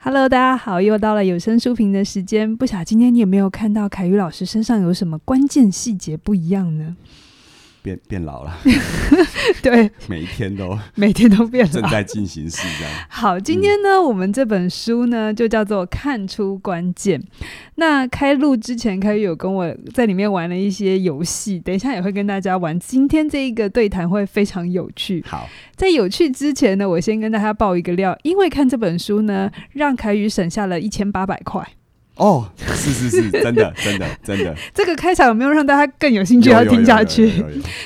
Hello，大家好，又到了有声书评的时间。不晓得今天你有没有看到凯宇老师身上有什么关键细节不一样呢？变变老了， 对，每一 天都每天都变正老。在进行式这样。好，今天呢，我们这本书呢就叫做《看出关键》。那开录之前，开宇有跟我在里面玩了一些游戏，等一下也会跟大家玩。今天这一个对谈会非常有趣。好，在有趣之前呢，我先跟大家爆一个料，因为看这本书呢，让凯宇省下了一千八百块。哦，是是是，真的真的真 的，这个开场有没有让大家更有兴你趣要听下去？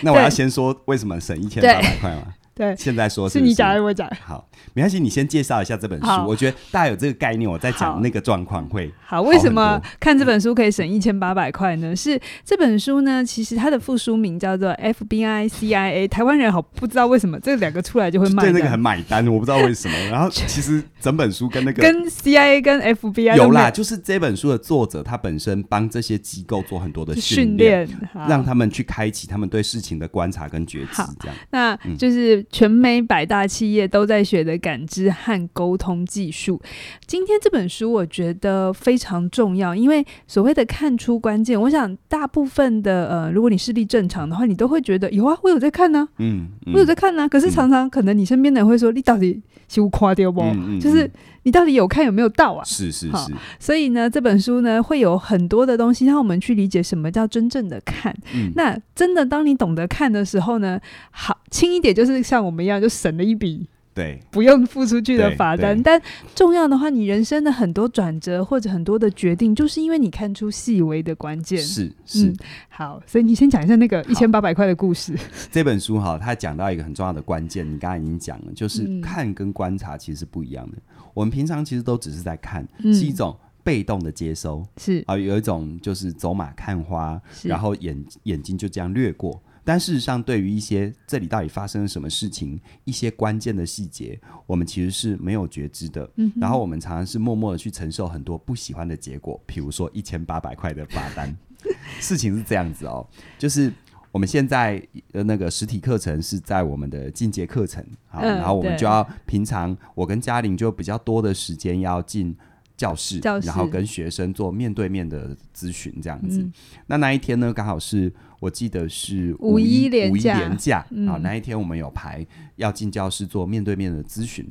那我要对先说为什么省一千对八百块吗？对，现在说是哦是不你是讲还是我讲？好，没关系，你先介绍一下这本书好。我觉得大家有这个概念，我再好讲那个状况会。好，为什好么很多看这本书可以省一千八百块呢？是这本书呢，其实它的副书名叫做 FBI CIA，台湾人好不知道为什么这两个出来就会卖对的，那个很买单，我不知道为什么。 然后其实整本书跟那个跟 CIA 跟 FBI 有都没啦，就是这本书的作者他本身帮这些机构做很多的训练，练，好让他们去开启他们对事情的观察跟觉知好，这样。那嗯就是全美百大企业都在学的感知和沟通技术。今天这本书我觉得非常重要，因为所谓的看出关键，我想大部分的呃，如果你视力正常的话，你都会觉得有啊，我有在看呢、嗯，嗯我有在看啊呢、可是常常可能你身边的人会说，你到底是有夸掉不？嗯嗯就是嗯你到底有看有没有到啊？是是好是，所以呢，这本书呢会有很多的东西让我们去理解什么叫真正的看。嗯，那真的，当你懂得看的时候呢，好轻一点，就是像我们一样，就省了一笔对，不用付出去的对罚单。对但重要的话，你人生的很多转折或者很多的决定，就是因为你看出细微的关键。是是嗯好，所以你先讲一下那个一千八百块的故事。这本书哈，它讲到一个很重要的关键，你刚才已经讲了，就嗯是看跟观察其实是不一样的。我们平常其实都只是在看，嗯是一种被动的接收是啊，有一种就是走马看花，是，然后眼眼睛就这样掠过。但事实上，对于一些这里到底发生了什么事情，一些关键的细节，我们其实是没有觉知的。嗯哼然后我们常常是默默的去承受很多不喜欢的结果，比如说一千八百块的罚 单。事情是这样子哦，就是我们现在呃那个实体课程是在我们的进阶课程，好，嗯然后我们对就要平常我跟嘉玲就比较多的时间要进教室，教室然后跟学生做面对面的咨询这样子。嗯那那一天呢，刚好是我记得是五一一连五一假连假，嗯好，那一天我们有排要进教室做面对面的咨询。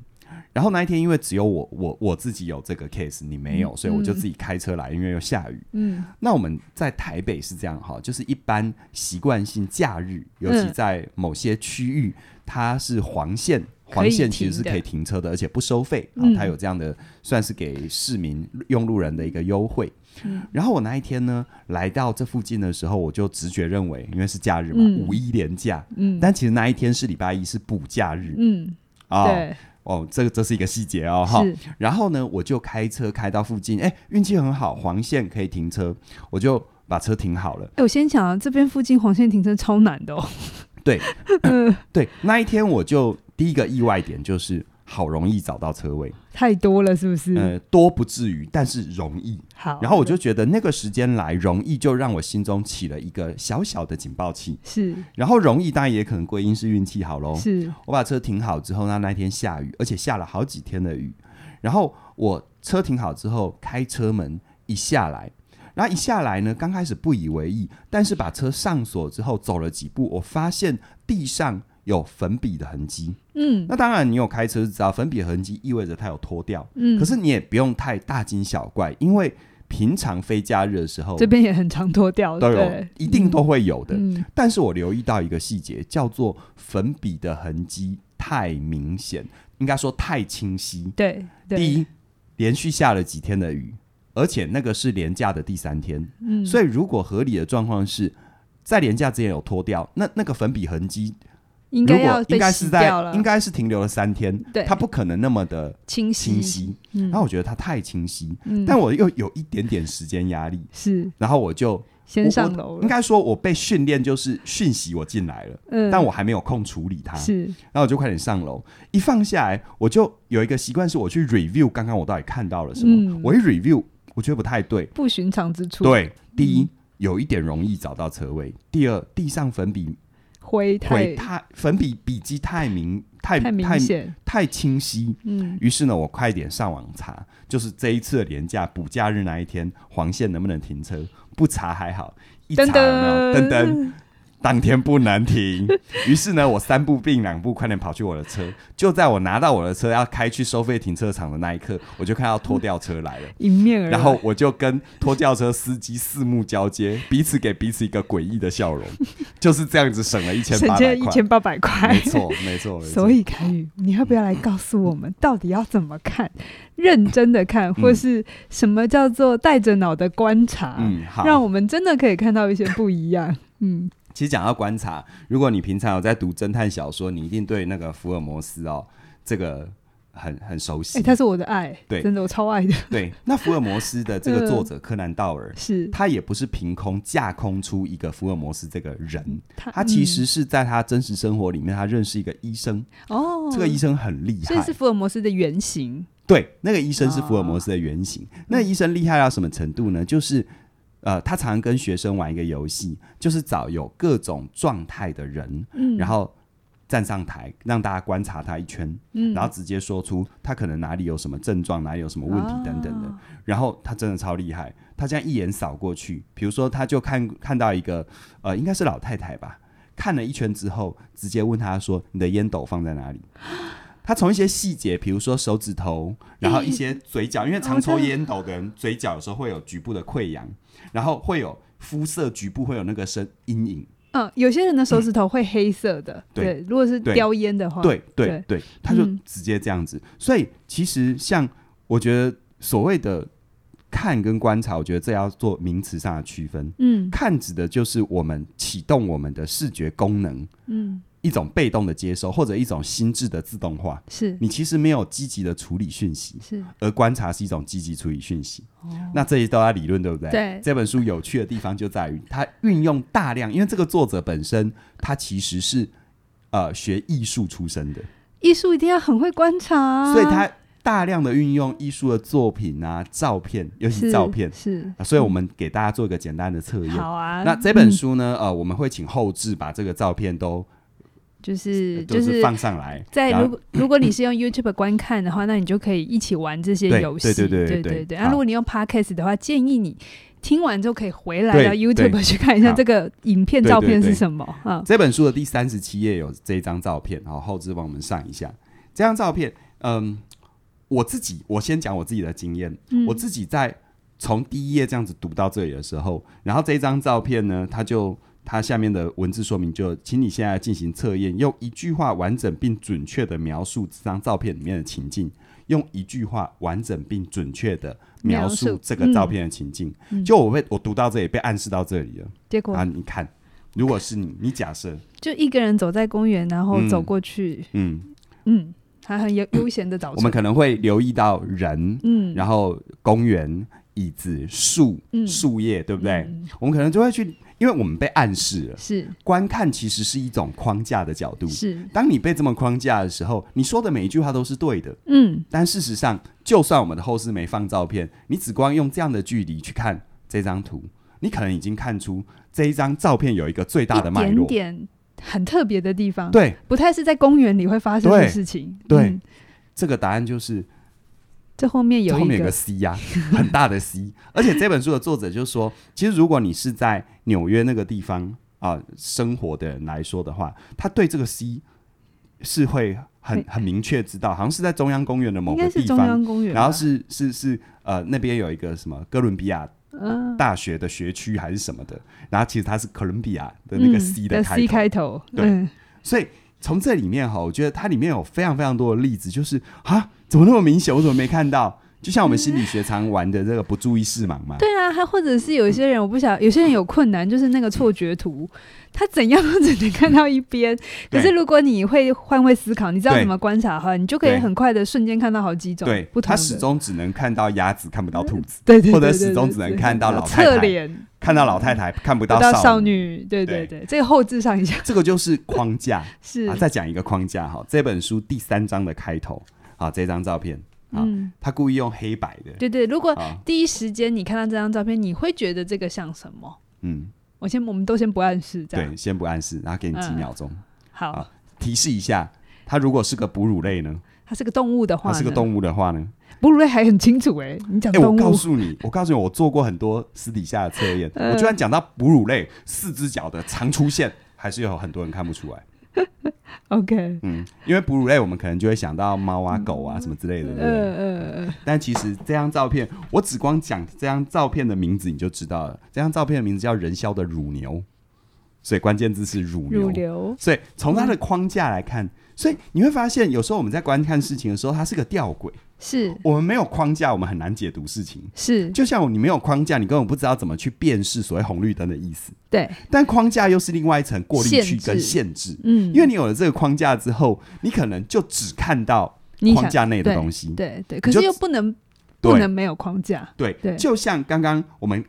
然后那一天，因为只有我我我自己有这个 case，你没有，所以我就自己开车来，因为又下雨。 嗯那我们在台北是这样哈，就是一般习惯性假日，嗯尤其在某些区域，它是黄线，可以黄线停其实是的可以停车的，而且不收费啊嗯，它有这样的算是给市民用路人的一个优惠。嗯然后我那一天呢，来到这附近的时候，我就直觉认为，因为是假日嘛，嗯五一连假，嗯但其实那一天是礼拜一，是补假日嗯，啊。哦对，哦，这这是一个细节哦，哈。是然后呢，我就开车开到附近，哎，运气很好，黄线可以停车，我就把车停好了。哎，我先讲啊，这边附近黄线停车超难的哦。 对嗯， 对，那一天我就第一个意外点就是好容易找到车位，太多了，是不是？呃，多不至于，但是容易。好，然后我就觉得那个时间来容易，就让我心中起了一个小小的警报器。是然后容易当然也可能归因是运气好喽。是我把车停好之后，那那天下雨，而且下了好几天的雨。然后我车停好之后，开车门一下来，然后一下来呢，刚开始不以为意，但是把车上锁之后，走了几步，我发现地上有粉笔的痕迹。嗯那当然，你有开车知道，粉笔的痕迹意味着它有脱掉，嗯，可是你也不用太大惊小怪，因为平常非假日的时候这边也很常脱掉，都有对，哦一定都会有的。嗯但是我留意到一个细节，叫做粉笔的痕迹太明显，应该说太清晰。对对，第一，连续下了几天的雨，而且那个是连假的第三天，嗯，所以如果合理的状况是在连假之前有脱掉，那那个粉笔痕迹应如该要果被应该洗是掉在了，应该是停留了三天对，它不可能那么的清晰清，晰。嗯然后我觉得它太清晰，嗯但我又有一点点时间压力，是然后我就我先我上楼应了，该说我被训练就是讯息我进来了。嗯，但我还没有空处理它，是然后我就快点上楼。一放下来，我就有一个习惯，是我去 review 刚刚我到底看到了什么。嗯我一 review，我觉得不太对。不寻常之处，，对，第一、有一点容易找到车位；第二，地上粉笔灰太会太粉笔笔迹太明太太明太显，太清晰。嗯，于是呢，我快点上网查，就是这一次的廉价补假日那一天，黄线能不能停车？不查还好，一查噔有没噔有噔噔，当天不 能停。于是呢，我三步并两步，快点跑去我的车。就在我拿到我的车要开去收费停车场的那一刻，我就看到拖吊车来了。迎面而来，然后我就跟拖吊车司机四目交接，彼此给彼此一个诡异的笑容，就是这样子省了一 千省八下百一块。千八百块没， 错，没错，没错。所以凯宇，你要不要来告诉我们，到底要怎么看？认真的嗯看，或是什么叫做带着脑的观察，嗯，好。让我们真的可以看到一些不一样。嗯， 其实讲到观察，如果你平常有在读侦探小说，你一定对那个福尔摩斯哦，这个很很熟悉。哎、他是我的爱，对真的我超爱的，对，那福尔摩斯的这个作者柯南道 尔，是他也不是凭空架空出一个福尔摩斯这个人，他他其、实是在他真实生活里面，他认识一个医生，嗯哦，这个医生很厉所以害是。福尔摩斯的原型，对，那个医生是福尔摩斯的原型。哦那个医生厉害到什么程度呢？就是，呃，他常跟学生玩一个游戏，就是找有各种状态的人，嗯，然后站上台让大家观察他一圈，嗯，然后直接说出他可能哪里有什么症状，哪里有什么问题等等的。啊然后他真的超厉害，他这样一眼扫过去，比如说他就看看到一个呃，应该是老太太吧，看了一圈之后，直接问他说：“你的烟斗放在哪里？” 他从一些细节，比如说手指头，然后一些嘴角，因为常抽烟斗的人嘴角有时候会有局部的溃疡，然后会有肤色局部会有那个深阴影。嗯，有些人的手指头会黑色的，嗯对如果是对叼烟的话，对对对，他就嗯直接这样子。所以其实像我觉得所谓的看跟观察，我觉得这要做名词上的区分。嗯看指的就是我们启动我们的视觉功能，嗯，一种被动的接收或者一种心智的自动化。是你其实没有积极的处理讯息，是，而观察是一种积极处理讯息。哦那这些都要理论，对不对？对这本书有趣的地方就在于它运用大量，因为这个作者本身他其实是呃学艺术出身的，艺术一定要很会观察啊，所以他大量的运用艺术的作品啊、照片，尤其是嗯照片。是啊所以我们给大家做一个简单的测验。好啊。那这本嗯书呢，呃，我们会请后置把这个照片都就是就就是是放上来，在然如后果如果你是用 YouTube 观看的话，那你就可以一起玩这些对游对戏，对对对对对。好那如果你用 Podcast 的话，建议你听完之后可以回来对到 YouTube 对去看一下好这个影片对照对片是对什么啊。这本书的第三十七页有这一张照片，好，后置帮我们上一下这张照片。嗯，我自己我先讲我自己的经验，嗯我自己在从第一页这样子读到这里的时候，然后这张照片呢，它就它下面的文字说明就，请你现在进行测验，用一句话完整并准确的描述这张照片里面的情境，用一句话完整并准确的描描述述这个照片的情境。嗯就我被我读到这里，被暗示到这里了结果啊！你看，如果是 你，你假设，就一个人走在公园，然后嗯走过去，嗯，嗯，还很悠悠闲的早我们晨，可能会留意到人，嗯，然后公园、椅子、树、嗯树叶，对不对？嗯我们可能就会去，因为我们被暗示了。是观看其实是一种框架的角度。是，当你被这么框架的时候，你说的每一句话都是对的。嗯，但事实上，就算我们的后视没放照片，你只光用这样的距离去看这张图，你可能已经看出这一张照片有一个最大的一脉点络。点很特别的地方，，对，不太是在公园里会发生的对事情，对嗯这个答案就是这后面有后面一个有个 C 呀、很大的 C。而且这本书的作者就说，其实如果你是在纽约那个地方啊、生活的人来说的话，他对这个 C 是会很会很明确知道，好像是在中央公园的某应个该是地中方，央公园吧，然后是是是呃那边有一个什么哥伦比亚嗯。大学的学区还是什么的，然后其实它是哥伦比亚的那个嗯 C 的的开 C 头，开头，对嗯所以。从这里面哈，我觉得它里面有非常非常多的例子，就是啊，怎么那么明显，我怎么没看到？就像我们心理学常玩的这个不注意视盲嘛，对啊，还或者是有一些人，我不晓，有些人有困难，就是那个错觉图，他怎样都只能看到一边。可对是如果你会换位思考，你知道对怎么观察的话，你就可以对很快的瞬间看到好几种对不，同他的。始终只能看到鸭子，看不到兔子，对对对对对，或者始终对只能看到老太侧太脸，看到老太太，看嗯不不到到少少女。女，对对对，这个后置上一下这个就是框架 是啊！再讲一个框架哈，这本书第三章的开头啊，这张照片啊，嗯，他故意用黑白的对对，如果啊，第一时间你看到这张照片，你会觉得这个像什么？嗯，我先，我们都先不暗示，这样对，先不暗示，然后给你几嗯秒钟好好提示一下，它如果是个哺乳类呢？它是个动物的话它呢，是个动物的话呢？哺乳类还很清楚哎、你讲哎、我动告物，诉你，我告诉你，我做过很多私底下的测验，嗯我居然讲到哺乳类四只脚的常出现，还是有很多人看不出来。 OK，嗯，因为哺乳类我们可能就会想到猫啊、狗啊什么之类的，对不呃对？呃呃，但其实这张照片，我只光讲这张照片的名字你就知道了。这张照片的名字叫人肖的乳牛，所以关键字是乳牛。乳流，所以从它的框架来看，所以你会发现，有时候我们在观看事情的时候，它是个吊诡。是我们没有框架，我们很难解读事情。是，就像你没有框架，你根本不知道怎么去辨识所谓红绿灯的意思。对，但框架又是另外一层过滤区限制跟限制，嗯，因为你有了这个框架之后，你可能就只看到你框想，架内的东西。对对，可就是又不能对不能没有框架，对，对就像刚刚我们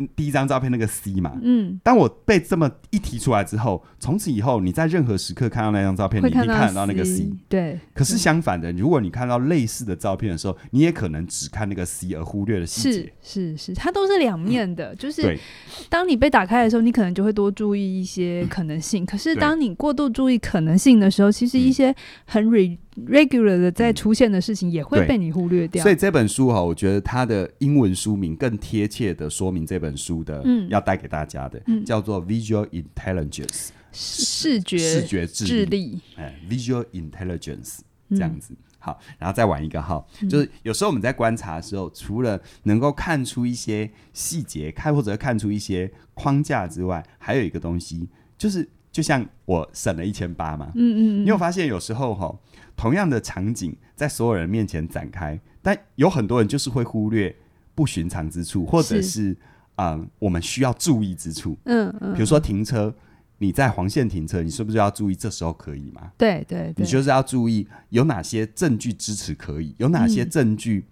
嗯第一张照片那个 C 嘛，嗯，当我被这么一提出来之后，从此以后你在任何时刻看到那张照片，你会一定看到嗯得到那个 C。对，可是相反的，如果你看到类似的照片的时候，你也可能只看那个 C 而忽略了细是节。是是，它都是两面的，就是嗯对，当你被打开的时候，你可能就会多注意一些可能性。可是嗯对当你过度注意可能性的时候，其实一嗯些很 re regular 的在嗯出现的事情也会对被你忽略掉所。以这本书哈，我觉得它的英文书名更贴切的说明这本书的、嗯要带给大家的，嗯叫做 Visual Intelligence 视视觉觉智智力，力哎，Visual Intelligence 嗯这样子。好，然后再玩一个哈，就是有时候我们在观察的时候，除了能够看出一些细节，看或者看出一些框架之外，还有一个东西，就是就像我省了一千八嘛，嗯嗯嗯，你有发现有时候哈，同样的场景在所有人面前展开，但有很多人就是会忽略不寻常之处，或者是是啊、呃我们需要注意之处。嗯嗯，比如说停车，你在黄线停车，你是不是要注意这时候可以吗？对对你对，就是要注意有哪些证据支持可以，有哪些嗯证据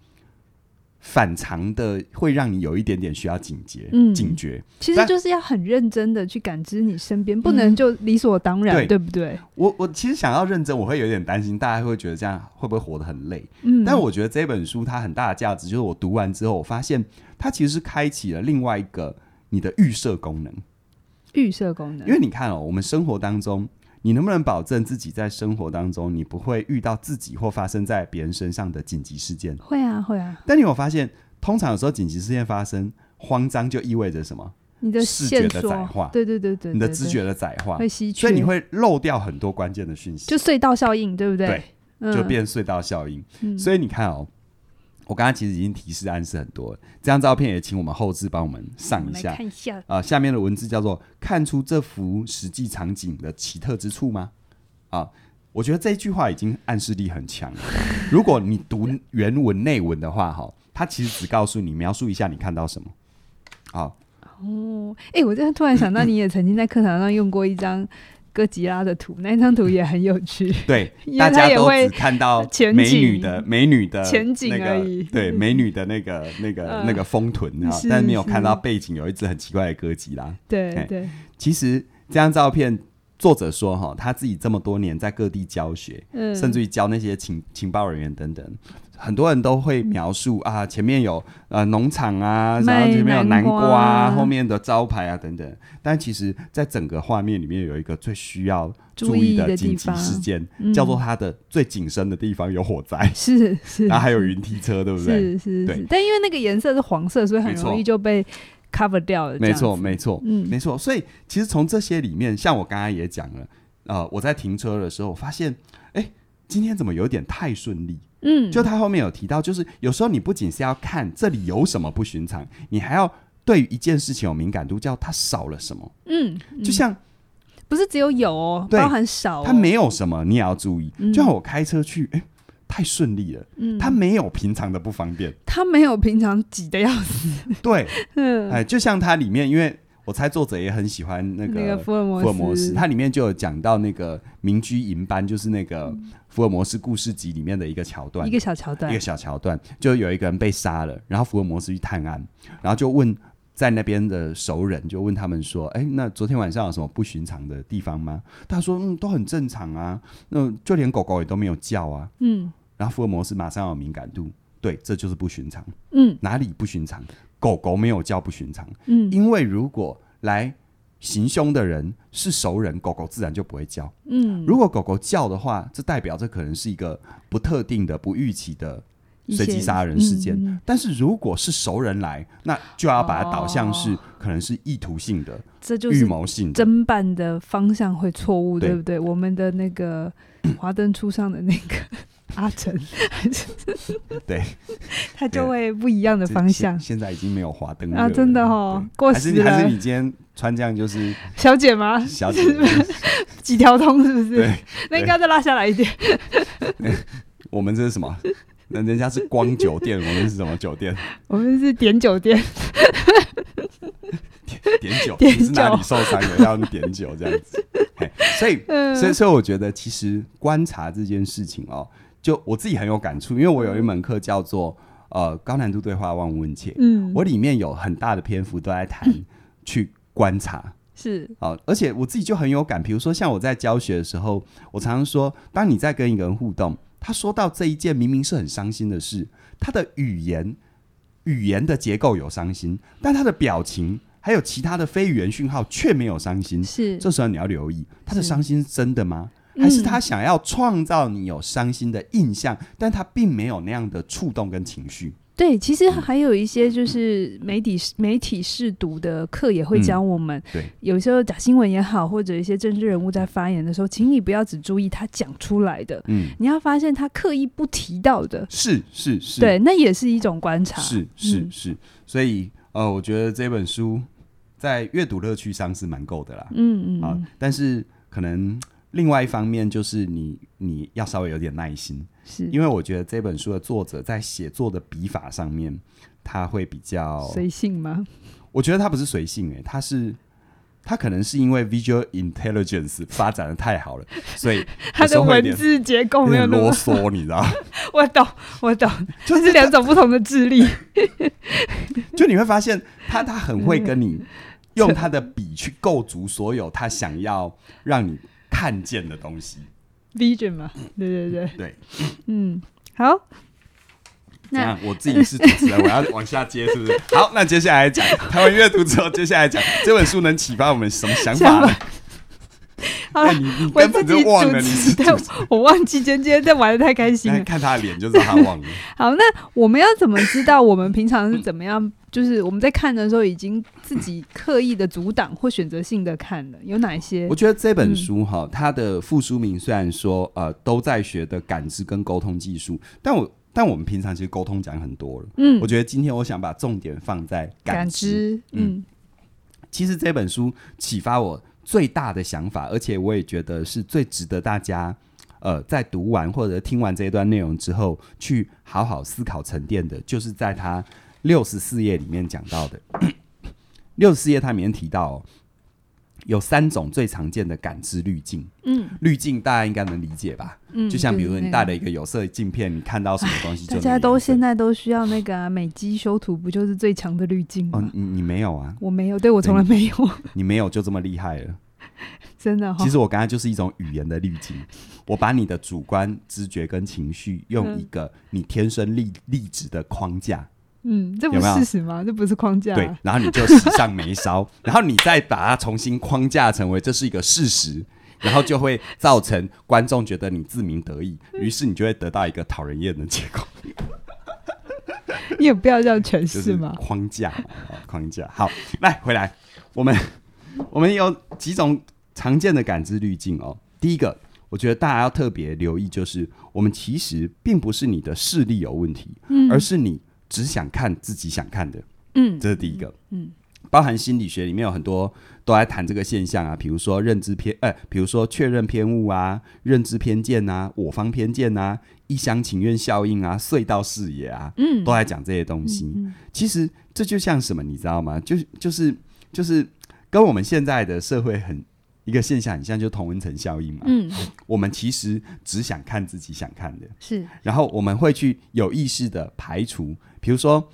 反常的会让你有一点点需要警觉、嗯警觉。其实但嗯就是要很认真的去感知你身边，不能就理所当然，对对不对？我我其实想要认真，我会有点担心，大家会觉得这样会不会活得很累？嗯，但我觉得这本书它很大的价值就是我读完之后，我发现它其实是开启了另外一个你的预设功能。预设功能，因为你看哦，我们生活当中，你能不能保证自己在生活当中你不会遇到自己或发生在别人身上的紧急事件？会啊会啊，但你有发现，通常有时候紧急事件发生，慌张就意味着什么？你的视觉线的索窄化，对对对对，你的对知对觉的窄化，会稀缺，所以你会漏掉很多关键的讯息就，隧道效应，对不对？对嗯，就变隧道效应。嗯，所以你看哦，我刚刚其实已经提示暗示很多了，这张照片也请我们后置帮我们上嗯我一们下来。看一下，啊、下面的文字叫做“看出这幅实际场景的奇特之处吗？”啊，我觉得这句话已经暗示力很强了。如果你读原文内文的话，哈，它其实只告诉你描述一下你看到什么。啊好，哦，哎、我真的突然想到，你也曾经在课堂上用过一张哥吉拉的图，那一张图也很有趣。 对，因大为它家也都只会看到 前美景女的美女的前景那个而已对，美女的那个那个那嗯个丰臀啊是，但没有看是到背景有一只很奇怪的歌吉拉。对哎对，其实这张照片，作者说哈，他自己这么多年在各地教学，嗯，甚至于教那些情情报人员等等，很多人都会描述啊，前面有呃农场啊，然后卖前面有南瓜啊，南瓜后面的招牌啊等等。但其实，在整个画面里面有一个最需要注注意意的紧地急方事件，嗯叫做它的最紧身的地方有火灾，是是然后还有云梯车，对不对？是是对是，但因为那个颜色是黄色，所以很没错容易就被 cover 掉了。没错，这样子没错，嗯没错。所以其实从这些里面，像我刚刚也讲了，呃，我在停车的时候我发现，哎，今天怎么有点太顺利？嗯，就他后面有提到，就是有时候你不仅是要看这里有什么不寻常，你还要对于一件事情有敏感度，叫它少了什么。嗯，就像嗯不是只有有哦，对包含少、哦，它没有什么，你也要注意。嗯就像我开车去，哎、太顺利了，嗯，它没有平常的不方便。他没有平常挤的要死，对， 嗯，哎，就像它里面，因为我猜作者也很喜欢那那个个福尔摩斯，福尔摩斯，它里面就有讲到那个民居银班，就是那个福尔摩斯故事集里面的一个桥段嗯一，个小桥段一个，小桥段，就有一个人被杀了，然后福尔摩斯去探案，然后就问在那边的熟人，就问他们说：“哎，那昨天晚上有什么不寻常的地方吗？”他说：“嗯，都很正常啊，那就连狗狗也都没有叫啊。嗯”然后福尔摩斯马上有敏感度，对，这就是不寻常，嗯哪里不寻常？狗狗没有叫不寻常，嗯，因为如果来行凶的人是熟人，狗狗自然就不会叫。嗯，如果狗狗叫的话，这代表这可能是一个不特定的、不预期的。一随机些杀人事件嗯嗯嗯但是如果是熟人来，那就要把它导向是、哦可能是意图性的、这就预是谋性的。侦办的方向会错误，对对不对？我们的那 个华灯初上的那 个阿成，还是对， 他对就会不一样的这方现向现在已经没有华灯啊！热真的了哦对，过还是时你还是了，你今天穿这样就是小姐吗？小姐，几条通是不是对？ 那应该再拉下来一 点。我们这是 什么？人人家是光酒店，我们是什么酒店？我们是点酒店，点酒，点你是哪酒里受伤了？要点酒这 样子。嘿所以，嗯所以，所以我觉得其实观察这件事情哦，就我自己很有感触，因为我有一门课叫做呃高难度对话望问切， 嗯，我里面有很大的篇幅都在谈去观察。是好，而且我自己就很有感。比如说，像我在教学的时候，我常常说，当你在跟一个人互动，他说到这一件明明是很伤心的事，他的语言语言的结构有伤心，但他的表情还有其他的非语言讯号却没有伤心。是，这时候你要留意，他的是伤心是真的吗？嗯还是他想要创造你有伤心的印象，但他并没有那样的触动跟情绪。对，其实还有一些就是媒体媒体试读的课也会教我们，嗯对有时候假新闻也好，或者一些政治人物在发言的时候，请你不要只注意他讲出来的，嗯，你要发现他刻意不提到的，是是是，对，那也是一种观察。是是嗯是，所以呃，我觉得这本书在阅读乐趣上是蛮够的啦。嗯嗯啊嗯，，但是可能另外一方面就是你你要稍微有点耐心，是因为我觉得这本书的作者在写作的笔法上面，他会比较，随性吗？我觉得他不是随性诶、欸他是。他可能是因为 visual intelligence 发展的太好了，所以他时的候会有文点字结构有没有点那啰么，嗦，你 知道吗？我懂我懂， 就这是两种不同的智力。 就你会发现他他很会跟你嗯用他的笔去构筑所有他想要让你看见的东西。 vision 嘛，对对对，对，嗯，好，这那样我自己是主持人，我要往下接，是不是？好，那接下来讲台湾阅读之后，接下来讲这本书能启发我们什么想法呢？好了那，哎你你啊 我根本自就己忘了主你是持，主但持我忘记今天在玩的太开心人，了。看他的脸就知道他忘了。好，那我们要怎么知道我们平常是怎么样？就是我们在看的时候，已经自己刻意的阻挡或选择性的看了，有哪些我？觉得这本嗯书哈，它的副书名虽然说呃都在学的感知跟沟通技术，但我但我们平常其实沟通讲很多了。嗯我，觉得今天我想把重点放在感知。知，嗯嗯，其实这本书启发我最大的想法，而且我也觉得是最值得大家呃在读完或者听完这一段内容之后去好好思考沉淀的，就是在他六十四页里面讲到的。 六十四页它里面提到、哦、有三种最常见的感知滤镜，嗯滤镜大家应该能理解吧？嗯，就像比如是说那你个戴了一个有色镜片，你看到什么东西就大那家个都颜色现在都需要那个啊，美肌修图，不就是最强的滤镜哦吗，？你你没有啊，我没有，对我从来没有，你没有就这么厉害了。真的哈其。实我刚才就是一种语言的滤镜，我把你的主观、知觉跟情绪，用一个你天生立立直的框架，嗯，这不有没是有事实吗？这不是框架啊。对，然后你就喜上眉梢， 然后你再把它重新框架成为这是一个事实，然后就会造成观众觉得你自鸣得意，于是你就会得到一个讨人厌的结果，你也不要这样诠就释嘛。框架嘛，啊框架。好，来回来，我们 我们有几种常见的感知滤镜哦。第一个，我觉得大家要特别留意，就是我们其实并不是你的视力有问题，嗯而是你只想看自己想看的，嗯这是第一个。嗯包含心理学里面有很多都在谈这个现象啊，比如说认知偏，呃，比如说确认偏误啊、认知偏见啊、我方偏见啊、一厢情愿效应啊、隧道视野啊，嗯，都在讲这些东西。嗯其实这就像什么，你知道吗？就就是就是跟我们现在的社会很一个现象很像，就同温层效应嘛。嗯，我们其实只想看自己想看的，是然后我们会去有意识的排除，比如说。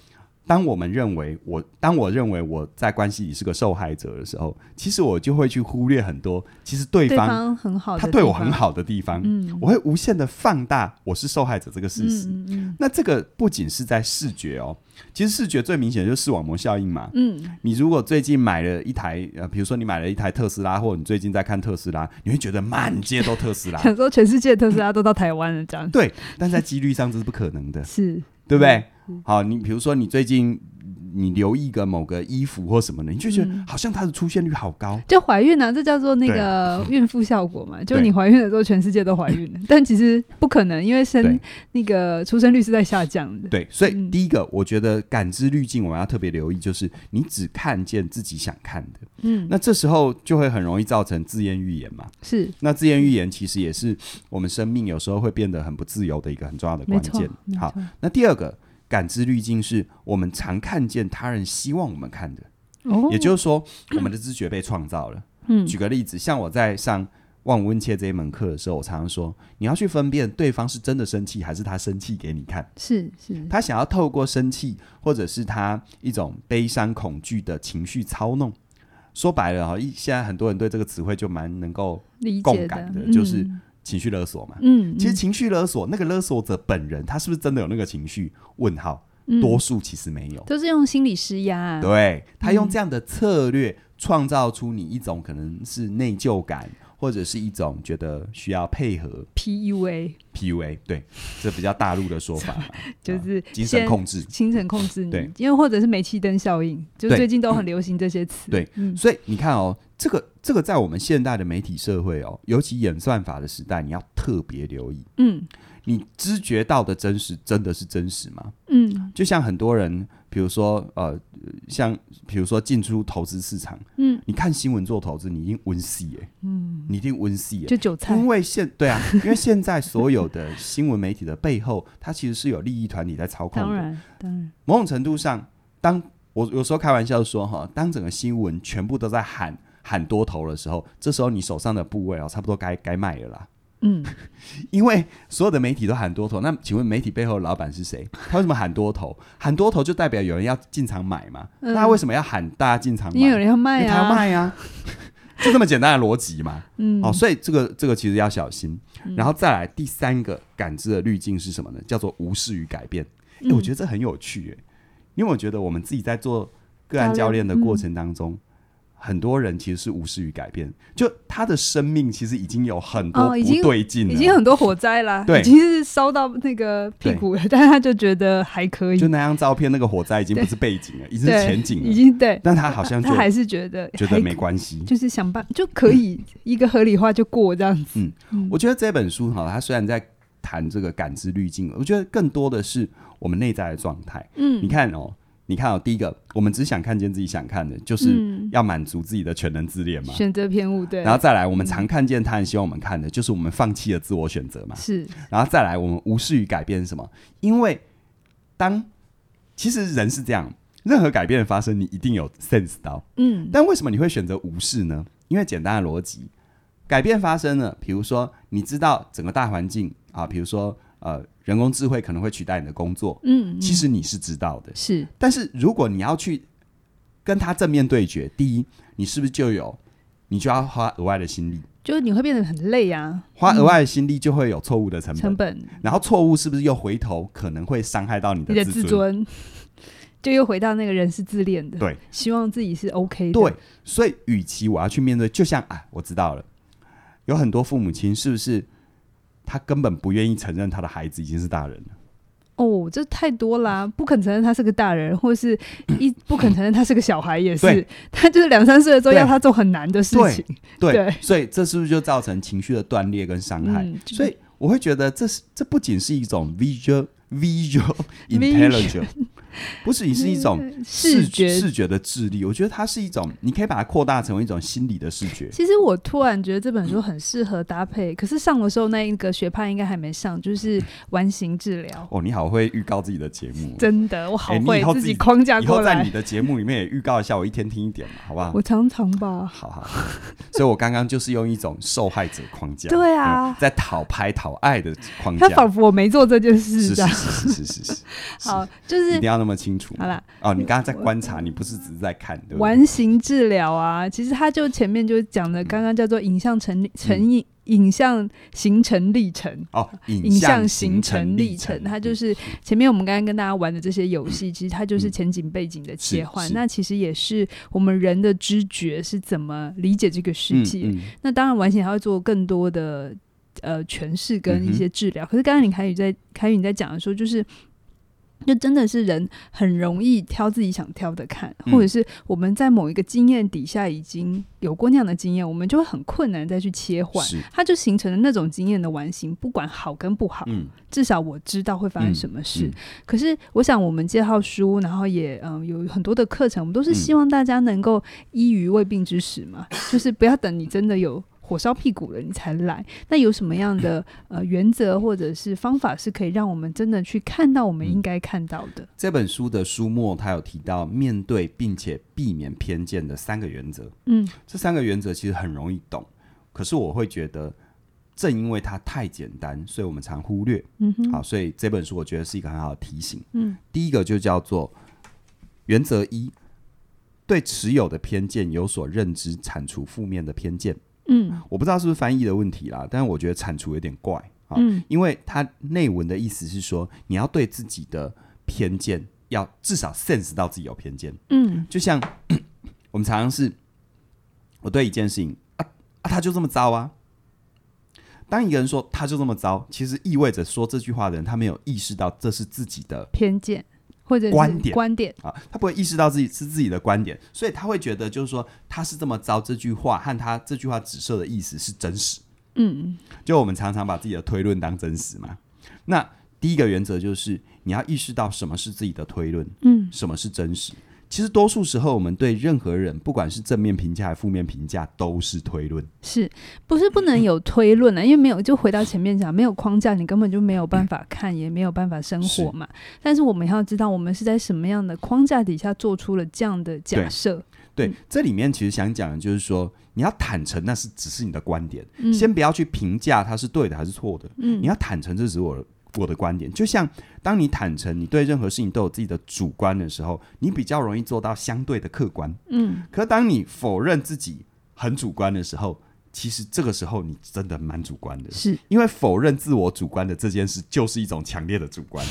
当我们认为我，当我认为我在关系里是个受害者的时候，其实我就会去忽略很多，其实对对方方很好，他对我很，好的地方，嗯，我会无限的放大我是受害者这个事实。嗯嗯那这个不仅是在视觉哦，其实视觉最明显的就是视网膜效应嘛。嗯嗯，你如果最近买了一台，呃，比如说你买了一台特斯拉，或者你最近在看特斯拉，你会觉得满街都特 斯拉，想说全世界的特斯拉都到台湾了，这样对，但在几率上这是不可能的，是，对不对？嗯好，你比如说你最近你留意个某个衣服或什么的，你就觉得嗯好像它的出现率好高，就怀孕啊，这叫做那对啊个孕妇效果嘛，就对你怀孕的时候，全世界都怀孕 了，但其实不可能，因为生对那个出生率是在下降的，对，所以嗯第一个，我觉得感知滤镜我们要特别留意，就是你只看见自己想看的，嗯，那这时候就会很容易造成自言预言嘛。是那自言预言其实也是我们生命有时候会变得很不自由的一个很重要的没关错键。，没好，错那第二个感知滤镜是我们常看见他人希望我们看的，哦，也就是说，我们的知觉被创造了。嗯举个例子，像我在上望闻切这一门课的时候，我常常说，你要去分辨对方是真的生气还是他生气给你看。是是，他想要透过生气，或者是他一种悲伤、恐惧的情绪操弄。说白了哈，一现在很多人对这个词汇就蛮能够理共解感的的就是嗯情绪勒索嘛。嗯，其实情绪勒索，那个勒索者本人他是不是真的有那个情绪？问号，嗯多嗯数其实没有。都是用心理施压啊，对他用嗯这样的策略创造出你一种可能是内疚感，或者是一种觉得需要配合 PUA PUA。对，这比较大陆的说法嘛， 啊就是精神先控制。形成控制你对，因为或者是煤气灯效应，就对最近都很流行这些词。对嗯，所以你看哦，这个这个在我们现代的媒体社会哦，尤其演算法的时代，你要特别留意，嗯你知觉到的真实真的是真实吗？嗯就像很多人，比如说呃，像比如说进出投资市场，嗯你看新闻做投资，你一定温戏耶，嗯，你一定温戏耶。就韭菜因，为现 对啊，因为现在所有的新闻媒体的背后，它其实是有利益团体在操控当的。然当然，某种程度上，当我有时候开玩笑说哈，当整个新闻全部都在喊喊多头的时候，这时候你手上的部位哦，差不多该该卖了啦。嗯，因为所有的媒体都喊多头，那请问媒体背后的老板是谁？他为什么喊多头？喊多头就代表有人要进场买嘛？嗯那他为什么要喊大家进场买？因为有人要卖因为他要啊，卖啊，就这么简单的逻辑嘛。嗯，哦，所以这个这个其实要小心。嗯然后再来第三个感知的滤镜是什么呢？叫做无视与改变。哎、我觉得得这很有趣耶，因为我觉得我们自己在做个案教教练练的过程当嗯中，很多人其实是无视于改变，就他的生命其实已经有很多哦已经不对劲了，已经很多火灾啦，啊对已经是烧到那个屁股了，但是他就觉得还可以就，那张照片那个火灾已经不是背景了，已经是对前景已了，经对，但他好像就他还是觉得觉还得没关系。就是想办就可以一个合理化就过这样子，嗯嗯我觉得这本书哈，它虽然在谈这个感知滤镜，我觉得更多的是我们内在的状态。嗯你看哦，你看哦，第一个，我们只想看见自己想看的，就是嗯要满足自己的全能自恋嘛。选择偏误对，然后再来，我们常看见他人希望我们看的，就是我们放弃了自我选择嘛。是然后再来，我们无视于改变是什么？因为当其实人是这样，任何改变的发生，你一定有 sense 到。嗯但为什么你会选择无视呢？因为简单的逻辑，改变发生了，比如说你知道整个大环境啊，比如说呃，人工智慧可能会取代你的工作，嗯，嗯其实你是知道的，是但是如果你要去跟他正面对决，第一，你是不是就有，你就要花额外的心力，就是你会变得很累啊，花额外的心力就会有错误的成本，成本，然后错误是不是又回头可能会伤害到你你的的自自尊？尊， 就又回到那个人是自恋的，对，希望自己是 OK 的，对，，所以与其我要去面对，就像啊，我知道了，有很多父母亲是不是他根本不愿意承认他的孩子已经是大人了？哦，这太多啦，不肯承认他是个大人，或是一不肯承认他是个小孩，也是对， 他就是两三岁的时候对要他做很难的事情，对，对所以这是不是就造成情绪的断裂跟伤害？嗯，就所以我会觉得这是这不仅是一种 visual visual intelligence，不是，你是一种嗯视 视觉视觉的智力。我觉得它是一种，你可以把它扩大成为一种心理的视觉。其实我突然觉得这本书很适合搭配，可是上的时候那一个学派应该还没上，就是完形治疗。哦，你好会预告自己的节目，真的，我好哎你以会后自自己己框架以过后在来你。的节目里面也预告一下，我一天听一点嘛，好不好我？常常吧，好好， 好所以我刚刚就是用一种受害者框架，对啊嗯在讨拍讨爱的框他架，仿佛我没做这件是事呃是这样。是是是是是，好，就是一定要那么清楚吗？好啦，哦，你刚刚在观察，你不是只是在看，对不对？完形治疗啊，其实他就前面就讲的，刚刚叫做影像成成影影像形成历程。哦，影影像像形成成历程，它就是前面我们刚刚跟大家玩的这些游戏，其实它就是前景背景的切换。是是那其实也是我们人的知觉是怎么理解这个世界。嗯嗯那当然，完形还会做更多的呃诠释嗯跟一些治疗。可是刚刚林凯宇在凯宇你在讲的时候，就是。就真的是人很容易挑自己想挑的看，嗯或者是我们在某一个经验底下已经有过那样的经验，我们就会很困难再去切换，是，它就形成了那种经验的完形，不管好跟不好，嗯，至少我知道会发生什么事。嗯可是我想，我们介绍书，然后也嗯有很多的课程，我们都是希望大家能够依于未病之时 嘛，就是不要等你真的有火烧屁股了你才来。那有什么样的呃原则或者是方法是可以让我们真的去看到我嗯们应该看到的？这本书的书末，它有提到面对并且避免偏见的三个原则。嗯这三个原则其实很容易懂，可是我会觉得，正因为它太简单，所以我们常忽略。嗯哼，好，所以这本书我觉得是一个很好的提醒。嗯，第一个就叫做原则一，对持有的偏见有所认知，铲除负面的偏见。嗯我不知道是不是翻译的问题啦，但是我觉得铲除有点怪啊，嗯因为它内文的意思是说，你要对自己的偏见要至少 sense 到自己有偏见，嗯就像 我们常常是，我对一件事情啊啊，他就这么糟啊。当一个人说他就这么糟，其实意味着说这句话的人他没有意识到这是自己的偏见或者是观点观点，啊，他不会意识到自己是自己的观点，所以他会觉得就是说他是这么糟这句话和他这句话指涉的意思是真实。嗯就我们常常把自己的推论当真实嘛。那第一个原则就是你要意识到什么是自己的推论，嗯什么是真实。其实多数时候，我们对任何人，不管是正面评价还是负面评价，都是推论。是不是不能有推论呢、因为没有，就回到前面讲，没有框架，你根本就没有办法看，也没有办法生活嘛。但是我们要知道，我们是在什么样的框架底下做出了这样的假对设。对，嗯这里面其实想讲的就是说，你要坦诚，那是只是你的观点，嗯先不要去评价它是对的还是错的。嗯你要坦诚，这只是我的我的观点。就像当你坦诚，你对任何事情都有自己的主观的时候，你比较容易做到相对的客观。嗯可当你否认自己很主观的时候，其实这个时候你真的蛮主观的，是因为否认自我主观的这件事就是一种强烈的主观，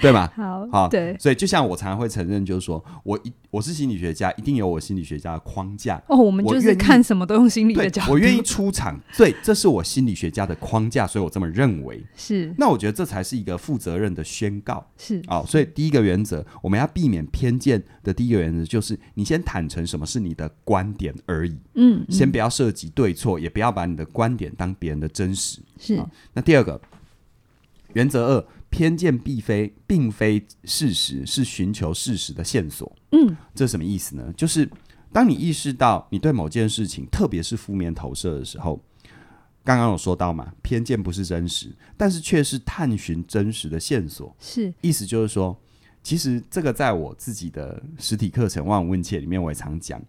对吗？好好对所以就像我常常会承认，就是说我一我是心理学家，一定有我心理学家的框架。哦，我们我就是愿意看什么都用心理对的角，度，我愿意出场，对，这是我心理学家的框架，所以我这么认为。是那我觉得这才是一个负责任的宣告。是哦，所以第一个原则，我们要避免偏见的第一个原则就是，你先坦诚什么是你的观点而已。嗯先嗯不要涉及对错，也不要把你的观点当别人的真实。是好那第二个原则二，偏见必非并非事实，是寻求事实的线索。嗯这什么意思呢？就是当你意识到你对某件事情，特别是负面投射的时候，刚刚有说到嘛，偏见不是真实，但是却是探寻真实的线索。是意思就是说，其实这个在我自己的实体课程《望闻问切》里面，我也常讲，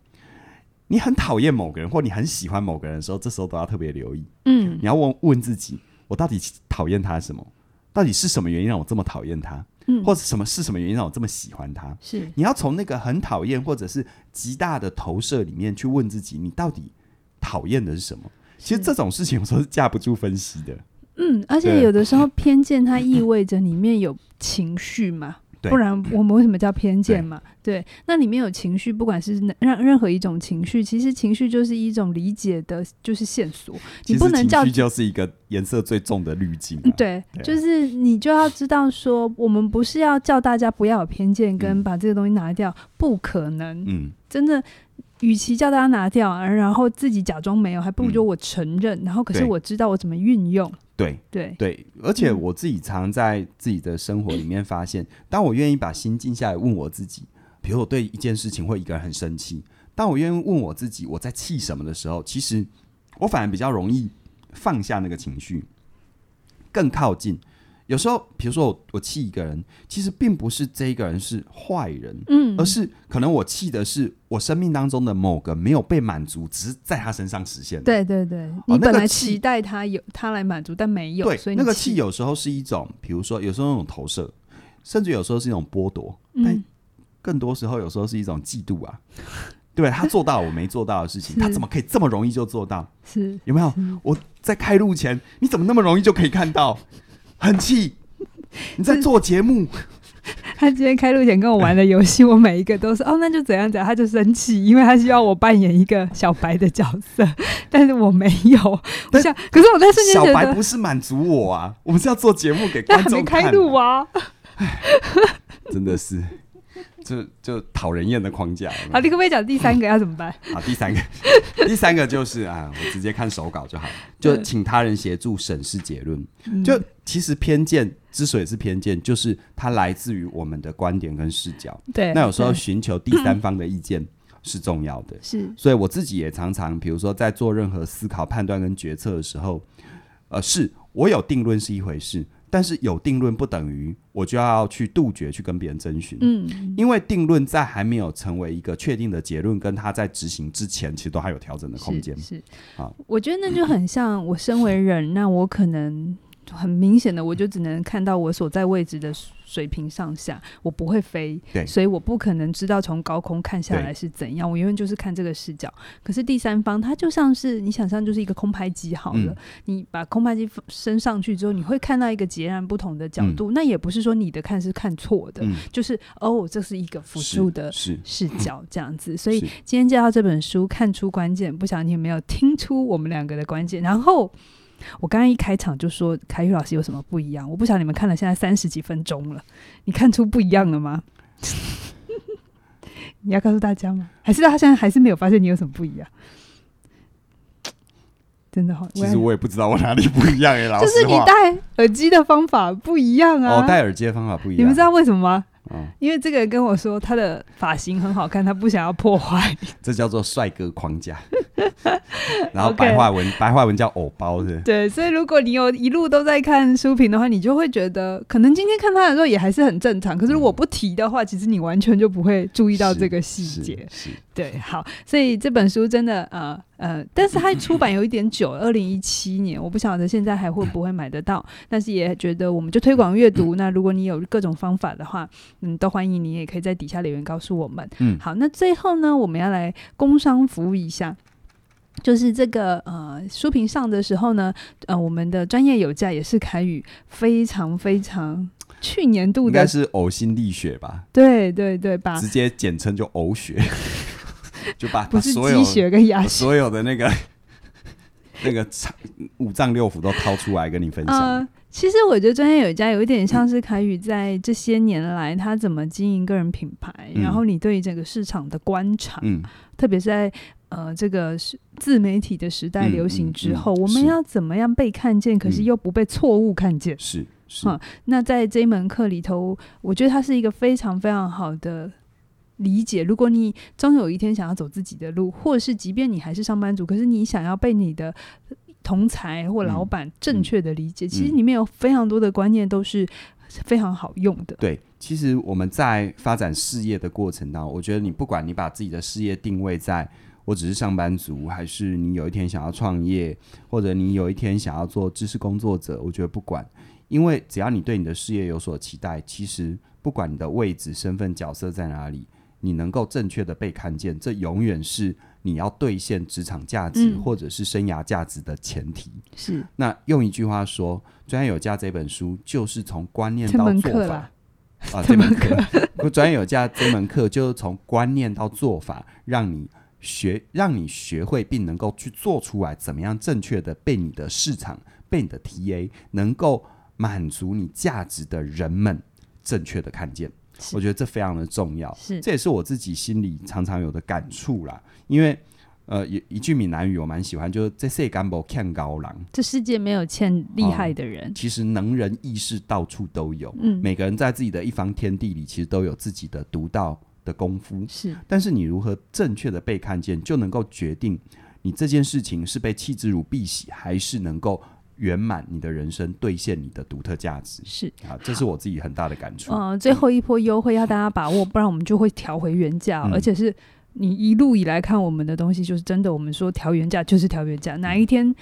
你很讨厌某个人，或你很喜欢某个人的时候，这时候都要特别留意，嗯你要问问自己，我到底讨厌他什么？到底是什么原因让我这么讨厌他？嗯或者什么是什么原因让我这么喜欢他？是你要从那个很讨厌或者是极大的投射里面去问自己，你到底讨厌的是什么？其实是这种事情有时候是架不住分析的，嗯，而且对有的时候偏见它意味着里面有情绪嘛，对不然我们为什么叫偏见嘛？对，那里面有情绪，不管是哪任任何一种情绪，其实情绪就是一种理解的，就是线索，其你实不能叫情绪。就是一个颜色最重的滤镜、啊嗯。对，对啊就是你就要知道说，我们不是要叫大家不要有偏见，跟嗯把这个东西拿掉，不可能。嗯，真的，与其叫大家拿掉，而然后自己假装没有，还不如嗯就我承认，然后可是对我知道我怎么运用。对。对，对，而且嗯我自己常在自己的生活里面发现，当我愿意把心静下来问我自己，比如我对一件事情或一个人很生气，当我愿意问我自己我在气什么的时候，其实我反而比较容易放下那个情绪，更靠近。有时候，比如说我我气一个人，其实并不是这一个人是坏人，嗯，而是可能我气的是我生命当中的某个没有被满足，只是在他身上实现的。对对对，你哦那本个来气期待他有他来满足，但没有，对所以，你那个气气有时候是一种，比如说有时候那种投射，甚至有时候是一种剥夺，嗯，更多时候有时候是一种嫉妒啊。 对他做到我没做到的事情，他是怎么可以这么容易就做到？是有没有？我在开录前，你怎么那么容易就可以看到？ 很气！你在做 节目，他今天开录前跟我玩的游戏，我每一个都是哦，那就怎样怎样，他就生气，因为他需要我扮演一个小白的角色， 但是我没有。我但想，可是我在瞬间小觉白得，不是满足我啊，我们是要做节目给但观还没众开看。录啊。真的是，就就讨人厌的框架。有没有好，你可不可以讲第三个要怎么办？好，第三个，第三个就是啊，我直接看手稿就好，就请他人协助审视结论。嗯就其实偏见之所以是偏见，就是它来自于我们的观点跟视角。对，那有时候对寻求第三方的意见是重要的。是所以我自己也常常，比如说在做任何思考、判断跟决策的时候，呃，是我有定论是一回事，但是有定论不等于我就要去杜绝去跟别人征询。嗯，因为定论在还没有成为一个确定的结论，跟它在执行之前，其实都还有调整的空间啊是。是好，我觉得那就很像我身为人，那我可能很明显的，我就只能看到我所在位置的水平上下，我不会飞，对所以我不可能知道从高空看下来是怎样，我永远就是看这个视角。可是第三方，它就像是你想象就是一个空拍机好了，嗯你把空拍机升上去之后，你会看到一个截然不同的角度，那也不是说你的看是看错的，嗯，就是哦，这是一个辅助的是，视角这样子。所以是今天介绍这本书，看出关键，不晓得你有没有听出我们两个的关键。然后我刚刚一开场就说凯宇老师有什么不一样，我不晓得你们看了现在 三十几分钟了，你看出不一样了吗？ 你要告诉大家吗？还是他现在还是没有发现你有什么不一样？真的好，其实要我也不知道我哪里不 一样哎、老就实是你话，戴耳机的方法不一样啊！哦，戴耳机的方法不一样。你们知道为什么吗？嗯因为这个人跟我说他的发型很好看，他不想要破坏。这叫做帅哥框架。 然后白话文白话文叫偶包是不是对，所以如果你有一路都在看书评的话，你就会觉得，可能今天看他的时候也还是很正常，可是如果不提的话，其实你完全就不会注意到这个细节。是是对，好，所以这本书真的，呃呃，但是它出版有一点久， 二零一七年，我不晓得现在还会不会买得到，但是也觉得我们就推广阅嗯读。那如果你有各种方法的话，嗯，都欢迎你也可以在底下留言告诉我们。嗯，好，那最后呢，我们要来工商服务一下。就是这个呃，书评上的时候呢，呃，我们的专业有价也是凯宇非常非常去年度应该的，啊是呕心沥血吧，对对对吧？直接简称就呕血， 就把不把是所鸡有血跟牙把血，所有的那个 那个肠五脏六腑都掏出来跟你分享。呃，其实我觉得专业有家有一点像是凯宇在这些年来他怎么经营个人品牌，嗯然后你对于整个市场的观察，嗯，特别是在呃这个是自媒体的时代嗯流行嗯之嗯后，我们是要怎么样被看见，可是嗯又不被错误看见？是是嗯，那在这一门课里头，我觉得它是一个非常非常好的理解。如果你终有一天想要走自己的路，或是即便你还是上班族，可是你想要被你的同才或老板正确的理解，其实嗯里面有非常多的观念都是非常好用的。对，其实我们在发展事业的过程当中，我觉得你不管你把自己的事业定位在我只是上班族，还是你有一天想要创业，或者你有一天想要做知识工作者，我觉得不管，因为只要你对你的事业有所期待，其实不管你的位置、身份、角色在哪里，你能够正确的被看见，这永远是你要兑现职场价值、嗯或者是生涯价值的前提。是那用一句话说，《专业有价》这本书就是从观念这到门做课法啦。啊，这这门门课专业有价这门课就是从观念到做法，让你学，让你学会并能够去做出来，怎么样正确的被你的市场、被你的 TA 能够满足你价值的人们正确的看见。是我觉得这非常的重要，是这也是我自己心里常常有的感触啦。因为呃，有一句闽南语我蛮喜欢，就是“这世间无欠高人这世界没有欠厉害的人”，。其实能人异士到处都有。嗯，每个人在自己的一方天地里，其实都有自己的独到的功夫。是但是你如何正确的被看见，就能够决定你这件事情是被弃之如敝屣，还是能够圆满你的人生，兑现你的独特价值。是。啊，这是我自己很大的感触。嗯，最后一波优惠要大家把握，不然我们就会调回原价，嗯而且是你一路以来看我们的东西，就是真的，我嗯们说调原价就是调原价，哪一天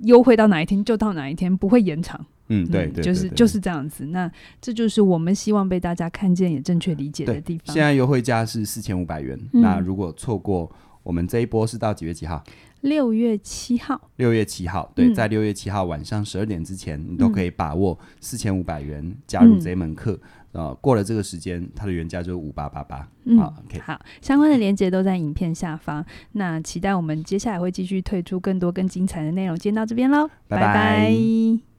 优惠到哪一天就到哪一天，不会延长。嗯，对嗯对，就对是对就是这样子。那这就是我们希望被大家看见也正确理解的对地方现。在优惠价是四千五百元。嗯那如果错过我们这一波是到几月几号？六月七号，六月七号，对，嗯在六月七号晚上十二点之前，你都可以把握四千五百元加入这一门课。呃，过了这个时间，它的原价就是五八八八。嗯，啊，OK 好，相关的链接都在影片下方。那期待我们接下来会继续推出更多更精彩的内容。今天到这边喽，拜拜拜拜